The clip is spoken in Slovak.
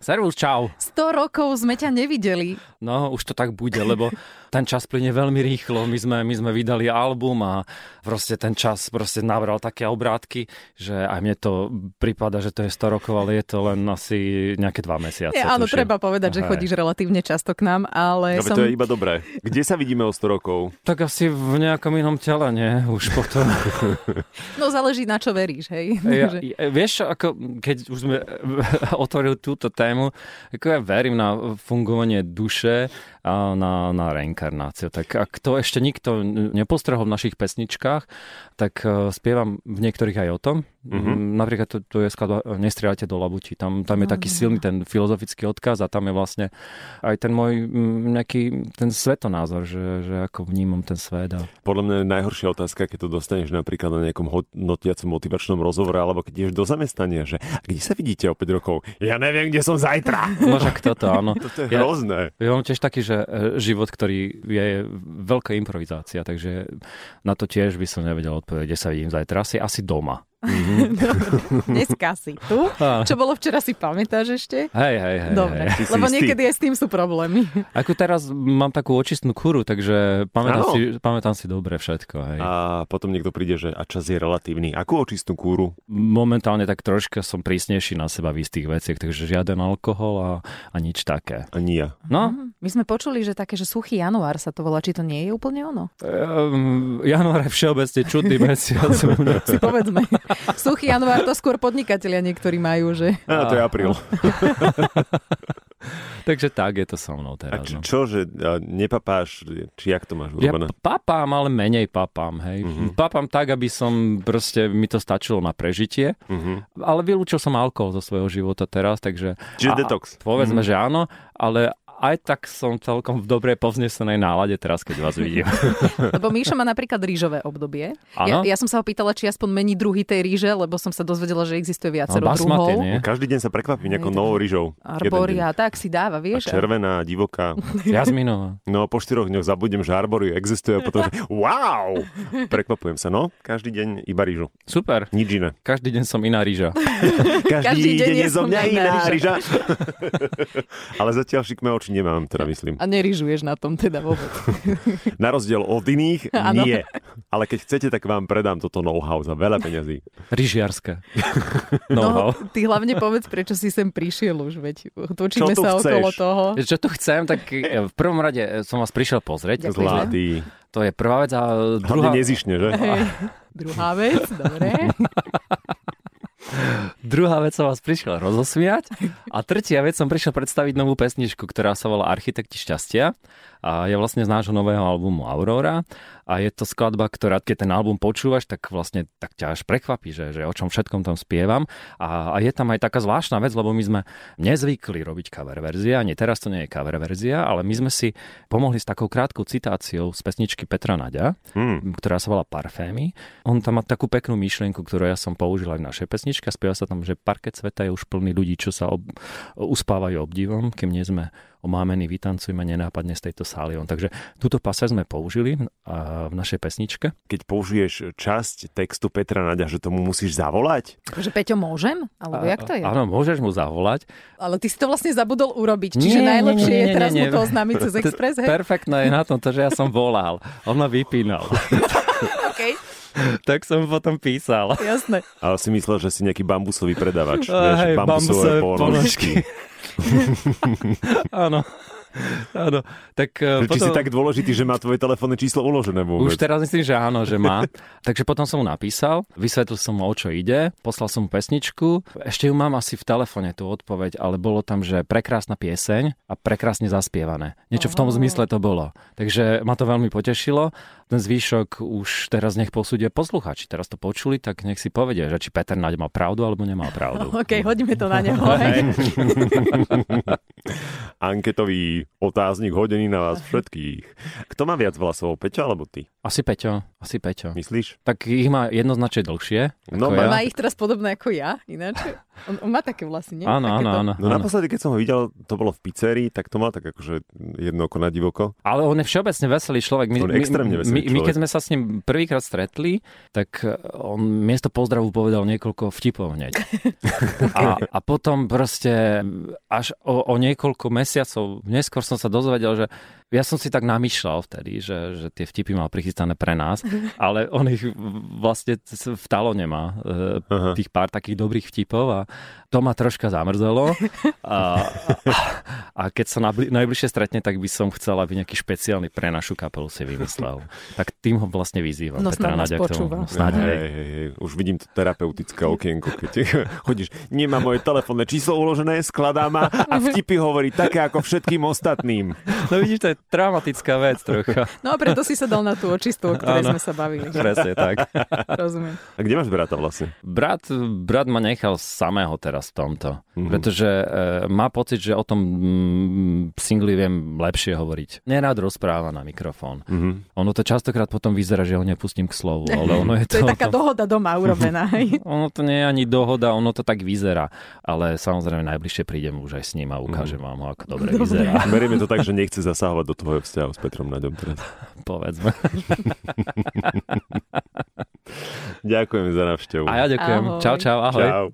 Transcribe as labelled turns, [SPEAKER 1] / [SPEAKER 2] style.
[SPEAKER 1] Servus, čau.
[SPEAKER 2] 100 rokov sme ťa nevideli.
[SPEAKER 1] No, už to tak bude, lebo ten čas plyne veľmi rýchlo. My sme, my sme vydali album a proste ten čas proste nabral také obrátky, že aj mne to prípada, že to je 100 rokov, ale je to len asi nejaké 2 mesiace.
[SPEAKER 2] Ja, áno,
[SPEAKER 1] tuším.
[SPEAKER 2] treba povedať, že
[SPEAKER 1] Hej. No,
[SPEAKER 2] chodíš relatívne často k nám, ale
[SPEAKER 3] Dobre,
[SPEAKER 2] som...
[SPEAKER 3] No, to je iba dobré. Kde sa vidíme o 100 rokov?
[SPEAKER 1] Tak asi v nejakom inom tele, nie? Už potom.
[SPEAKER 2] No záleží na čo veríš, hej.
[SPEAKER 1] Ja,
[SPEAKER 2] Takže-
[SPEAKER 1] ja, vieš, ako keď už sme otvorili túto tému, ako ja verím na fungovanie duše a na, na reinkarnáciu. Tak ak to ešte nikto nepostrehol v našich pesničkách, tak eh, spievam v niektorých aj o tom. Mm-hmm. Napríklad tu, tu je skladba eh, Nestrieľajte do labutí. Tam, tam je taký silný ten filozofický odkaz a tam je vlastne aj ten môj mm, nejaký ten svetonázor, že, že ako vnímam ten svet. A...
[SPEAKER 3] Podľa mňa je najhoršia otázka, keď to dostaneš napríklad na nejakom hodnotiacom motivačnom rozhovore, alebo keď ideš do zamestania, že "A kde sa vidíte o 5 rokov? Ja neviem, kde som zajtra.
[SPEAKER 1] No však toto, áno.
[SPEAKER 3] To je
[SPEAKER 1] Ja-
[SPEAKER 3] hrozné.
[SPEAKER 1] Ja mám tiež taký, že e, život, ktorý je veľká improvizácia, takže na to tiež by som nevedel odpovedať, kde sa vidím zajtra. Asi, asi doma.
[SPEAKER 2] Dobre, Dneska si tu. Čo bolo včera si pamätáš ešte?
[SPEAKER 1] Hej, hej, hej.
[SPEAKER 2] Dobre,
[SPEAKER 1] hej.
[SPEAKER 3] Ty si
[SPEAKER 2] lebo
[SPEAKER 3] istý?
[SPEAKER 2] niekedy aj s tým sú problémy.
[SPEAKER 1] Ako teraz mám takú očistnú kuru, takže pamätám,
[SPEAKER 3] Áno.
[SPEAKER 1] si, pamätám si dobre všetko. Hej. A...
[SPEAKER 3] A potom niekto príde, že a čas je relatívny. Akú očistú kúru?
[SPEAKER 1] Momentálne tak troška som prísnejší na seba v istých veciach, takže žiaden alkohol a, a nič také.
[SPEAKER 3] Ani ja.
[SPEAKER 1] No,
[SPEAKER 2] My sme počuli, že také, že suchý január sa to volá, či to nie je úplne ono?
[SPEAKER 1] um, január je všeobecne čudný mesiac.
[SPEAKER 2] Si povedzme. Suchý január to skôr podnikatelia niektorí majú, že
[SPEAKER 3] A to je apríl.
[SPEAKER 1] takže tak je to so mnou
[SPEAKER 3] A
[SPEAKER 1] teraz.
[SPEAKER 3] č-
[SPEAKER 1] no.
[SPEAKER 3] čo, že a nepapáš, či jak to máš
[SPEAKER 1] Ja
[SPEAKER 3] urobené?
[SPEAKER 1] papám, ale menej papám, hej. Mm-hmm. Papám tak, aby som proste, mi to stačilo na prežitie,
[SPEAKER 3] Mhm.
[SPEAKER 1] ale vylúčil som alkohol zo svojho života teraz, takže...
[SPEAKER 3] Čiže
[SPEAKER 1] a-
[SPEAKER 3] detox.
[SPEAKER 1] Povedzme, mm-hmm. že áno, ale aj tak som celkom v dobrej povznesenej nálade teraz, keď vás vidím.
[SPEAKER 2] lebo Míša má napríklad rýžové obdobie. Ja,
[SPEAKER 1] Áno.
[SPEAKER 2] ja, som sa ho pýtala, či aspoň mení druhy tej ríže, lebo som sa dozvedela, že existuje viacero
[SPEAKER 1] No, basmati,
[SPEAKER 2] druhov.
[SPEAKER 1] nie?
[SPEAKER 3] Každý deň sa prekvapím nejakou
[SPEAKER 2] Hej,
[SPEAKER 3] novou ryžou. Jeden
[SPEAKER 2] Arboria, tak si dáva,
[SPEAKER 3] deň. A
[SPEAKER 2] vieš.
[SPEAKER 3] červená, divoká.
[SPEAKER 1] Jazminová.
[SPEAKER 3] No a po štyroch dňoch zabudnem, že arboriu existuje a potom, že wow! Prekvapujem sa, no. Každý deň iba rýžu.
[SPEAKER 1] Super.
[SPEAKER 3] Nič iné.
[SPEAKER 1] Každý deň som iná rýža.
[SPEAKER 3] Každý,
[SPEAKER 2] Každý deň
[SPEAKER 3] deň,
[SPEAKER 2] je
[SPEAKER 3] je zo
[SPEAKER 2] som
[SPEAKER 3] mňa
[SPEAKER 2] iná
[SPEAKER 3] iná
[SPEAKER 2] ryža.
[SPEAKER 3] ryža. Ale zatiaľ šikmé oči nemám, teda myslím.
[SPEAKER 2] A nerižuješ na tom teda vôbec.
[SPEAKER 3] Na rozdiel od iných,
[SPEAKER 2] Áno.
[SPEAKER 3] nie. Ale keď chcete, tak vám predám toto know-how za veľa peňazí.
[SPEAKER 1] Ryžiarska. No, no.
[SPEAKER 2] ty hlavne povedz, prečo si sem prišiel už, veď točíme
[SPEAKER 3] Čo tu
[SPEAKER 2] sa
[SPEAKER 3] chceš?
[SPEAKER 2] okolo toho.
[SPEAKER 1] Čo tu chcem, tak e, v prvom rade e, som vás prišiel pozrieť.
[SPEAKER 2] Ďakujem.
[SPEAKER 1] Zlá.
[SPEAKER 3] Zlatý.
[SPEAKER 1] To je prvá vec. A
[SPEAKER 3] Hlavne
[SPEAKER 1] druhá,
[SPEAKER 3] nezišne, že?
[SPEAKER 2] Hej. Druhá vec, dobre.
[SPEAKER 1] Druhá vec som vás prišiel rozosmiať a tretia vec som prišiel predstaviť novú pesničku, ktorá sa volá Architekti šťastia a je vlastne z nášho nového albumu Aurora a je to skladba, ktorá keď ten album počúvaš, tak vlastne tak ťa až prekvapí, že, že o čom všetkom tam spievam a, a je tam aj taká zvláštna vec, lebo my sme nezvykli robiť cover verzia, nie teraz to nie je cover verzia, ale my sme si pomohli s takou krátkou citáciou z pesničky Petra Naďa,
[SPEAKER 3] Hmm.
[SPEAKER 1] ktorá sa volá Parfémy. On tam má takú peknú myšlienku, ktorú ja som použil aj v našej pesničke. Spieva sa tam, že parket sveta je už plný ľudí, čo sa ob, uspávajú obdivom, kým nie sme omámení, vytancujme nenápadne z tejto sály. On, takže túto pase sme použili a, v našej pesničke.
[SPEAKER 3] Keď použiješ časť textu Petra Naďa, že tomu musíš zavolať?
[SPEAKER 2] Že Peťo, môžem? Alebo jak to je?
[SPEAKER 1] Áno, môžeš mu zavolať.
[SPEAKER 2] Ale ty si to vlastne zabudol urobiť,
[SPEAKER 1] Nie,
[SPEAKER 2] čiže
[SPEAKER 1] nie,
[SPEAKER 2] najlepšie
[SPEAKER 1] nie,
[SPEAKER 2] je
[SPEAKER 1] nie,
[SPEAKER 2] teraz
[SPEAKER 1] nie,
[SPEAKER 2] mu
[SPEAKER 1] nie.
[SPEAKER 2] to oznámiť cez Express, hej?
[SPEAKER 1] Perfektné je na tom to, že ja som volal. On ma vypínal.
[SPEAKER 2] Okay,
[SPEAKER 1] tak som potom písal.
[SPEAKER 2] jasné.
[SPEAKER 3] Ale si myslel, že si nejaký bambusový predávač. vieš,
[SPEAKER 1] Hej, bambusové ponožky. Áno. Áno. Tak, eh,
[SPEAKER 3] Že Či si tak dôležitý, že má tvoje telefónne číslo uložené vôbec?
[SPEAKER 1] Už teraz myslím, že áno, že má. Takže potom som mu napísal, vysvetlil som mu, o čo ide, poslal som mu pesničku. Ešte ju mám asi v telefóne, tú odpoveď, ale bolo tam, že prekrásna pieseň a prekrásne zaspievané. Niečo v tom zmysle to bolo. Takže ma to veľmi potešilo. Ten zvýšok už teraz nech posúdia posluchači. Teraz to počuli, tak nech si povedia, že či Peter Naď mal pravdu alebo nemal pravdu.
[SPEAKER 2] OK, hodíme to na neho, hej?
[SPEAKER 3] Anketový otáznik hodený na vás všetkých. Kto má viac vlasov, Peťo alebo ty?
[SPEAKER 1] Asi Peťo, asi Peťo.
[SPEAKER 3] Myslíš?
[SPEAKER 1] Tak ich má jednoznačne dlhšie.
[SPEAKER 3] No,
[SPEAKER 1] ako
[SPEAKER 3] má-
[SPEAKER 1] ja.
[SPEAKER 2] Má ich teraz podobné ako ja, ináč. On, on má také vlasy, nie?
[SPEAKER 1] Áno, áno,
[SPEAKER 2] Takéto-
[SPEAKER 1] áno.
[SPEAKER 3] No
[SPEAKER 1] áno.
[SPEAKER 3] naposledy, keď som ho videl, to bolo v pizzerii, tak to mal tak akože jedno oko na divoko.
[SPEAKER 1] Ale on je všeobecne veselý človek. My,
[SPEAKER 3] On je extrémne
[SPEAKER 1] my,
[SPEAKER 3] veselý
[SPEAKER 1] my,
[SPEAKER 3] človek.
[SPEAKER 1] keď sme sa s ním prvýkrát stretli, tak eh, on miesto pozdravu povedal niekoľko vtipov hneď. A, a potom proste až o, o niekoľko mesiacov neskôr som sa dozvedel, že ja som si tak namýšľal vtedy, že, že tie vtipy mal prichystané pre nás, ale on ich vlastne c- v talone má. eh,
[SPEAKER 3] Aha.
[SPEAKER 1] tých pár takých dobrých vtipov a to ma troška zamrzelo. A, a, a keď sa nabli, najbližšie stretne, tak by som chcel, aby nejaký špeciálny pre našu kapelu si vymyslel. Tak tým ho vlastne vyzývam.
[SPEAKER 2] No,
[SPEAKER 1] Petra
[SPEAKER 2] snad nás
[SPEAKER 1] Nadia k tomu.
[SPEAKER 2] počúva.
[SPEAKER 1] No, Snáď hej.
[SPEAKER 3] hej, hej, hej. Už vidím to terapeutické okienko, keď chodíš, nemá moje telefónne číslo uložené, skladá ma a vtipy hovorí také ako všetkým ostatným.
[SPEAKER 1] no vidíš, to je dramatická vec trocha.
[SPEAKER 2] No a preto si sa dal na tú očistu, o ktorej
[SPEAKER 1] Áno.
[SPEAKER 2] sme sa bavili.
[SPEAKER 1] Presne tak.
[SPEAKER 2] Rozumiem.
[SPEAKER 3] A kde máš brata vlastne?
[SPEAKER 1] Brat, brat ma nechal samého teraz v tomto,
[SPEAKER 3] Mhm.
[SPEAKER 1] mm-hmm. pretože e, má pocit, že o tom mm, singli viem lepšie hovoriť. Nerád rozpráva na mikrofón.
[SPEAKER 3] Mhm.
[SPEAKER 1] Ono to častokrát potom vyzerá, že ho nepustím k slovu, ale ono je
[SPEAKER 2] To
[SPEAKER 1] to...
[SPEAKER 2] je taká dohoda doma urobená. hej.
[SPEAKER 1] Ono to nie je ani dohoda, ono to tak vyzerá. Ale samozrejme najbližšie prídem už aj s ním a ukážem vám ho, ako Mhm. dobre,
[SPEAKER 2] Dobre.
[SPEAKER 1] vyzerá.
[SPEAKER 3] Berieme to tak, že nechce zasahovať do tvojho vzťahu s Petrom Naďom teraz.
[SPEAKER 1] Povedzme.
[SPEAKER 3] Ďakujeme za návštevu.
[SPEAKER 1] A ja ďakujem.
[SPEAKER 2] Ahoj.
[SPEAKER 1] Čau, čau, ahoj.
[SPEAKER 3] Čau.